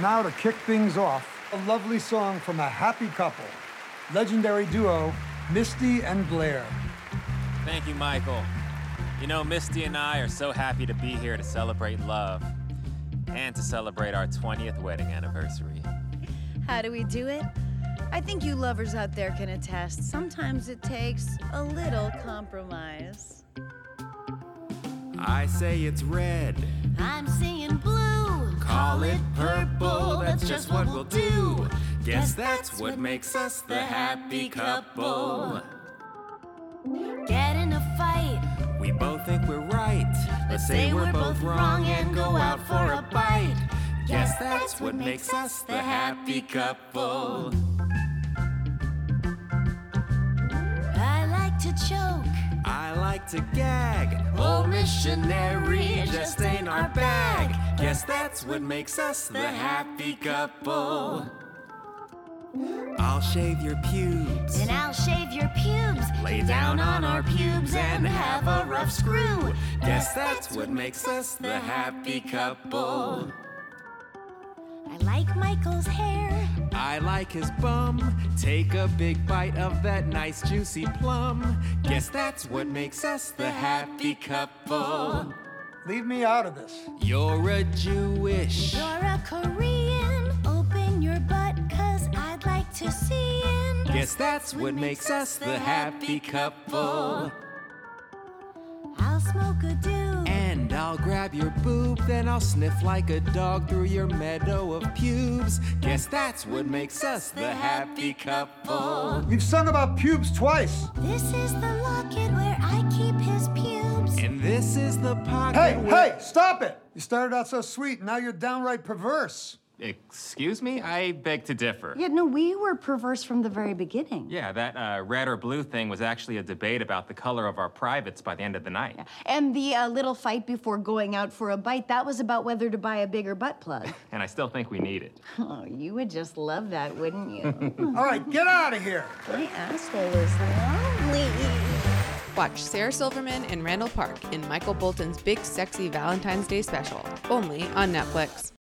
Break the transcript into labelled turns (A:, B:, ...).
A: now to kick things off, a lovely song from a happy couple, legendary duo Misty and Blair.
B: Thank you, Michael. You know, Misty and I are so happy to be here to celebrate love and to celebrate our 20th wedding anniversary.
C: How do we do it? I think you lovers out there can attest. Sometimes it takes a little compromise.
D: I say it's red.
E: I'm seeing blue.
D: Call it purple, that's just what we'll do. Guess that's what makes us the happy couple.
E: Get in a fight.
D: We both think we're right. Let's say we're both wrong and go out for a bite. Guess that's what makes us the happy couple.
E: I like to choke.
D: I like to gag. Old missionary just ain't our bag. Guess that's what makes us the happy couple. I'll shave your pubes.
E: And I'll shave your pubes.
D: Lay down on our pubes and have a rough screw. Guess that's what makes us the happy couple.
E: I like Michael's hair.
D: I like his bum. Take a big bite of that nice juicy plum. Guess that's what makes us the happy couple.
A: Leave me out of this.
D: You're a Jewish.
E: You're a Korean. Open your butt, cause I'd like to see in.
D: Guess that's what makes us the happy couple.
E: I'll smoke a doob.
D: And I'll grab your boob, then I'll sniff like a dog through your meadow of pubes. Guess that's what makes us the happy couple.
A: We've sung about pubes twice.
E: This is the locket where I keep his pubes.
D: And this is the pocket.
A: Hey, hey,
D: where-
A: stop it! You started out so sweet, now you're downright perverse.
B: Excuse me? I beg to differ.
F: Yeah, no, we were perverse from the very beginning.
B: Yeah, that uh, red or blue thing was actually a debate about the color of our privates by the end of the night.
F: And the uh, little fight before going out for a bite, that was about whether to buy a bigger butt plug.
B: And I still think we need it.
F: oh, you would just love that, wouldn't you?
A: All right, get out of here.
F: My asshole is lonely.
G: Watch Sarah Silverman and Randall Park in Michael Bolton's Big Sexy Valentine's Day special, only on Netflix.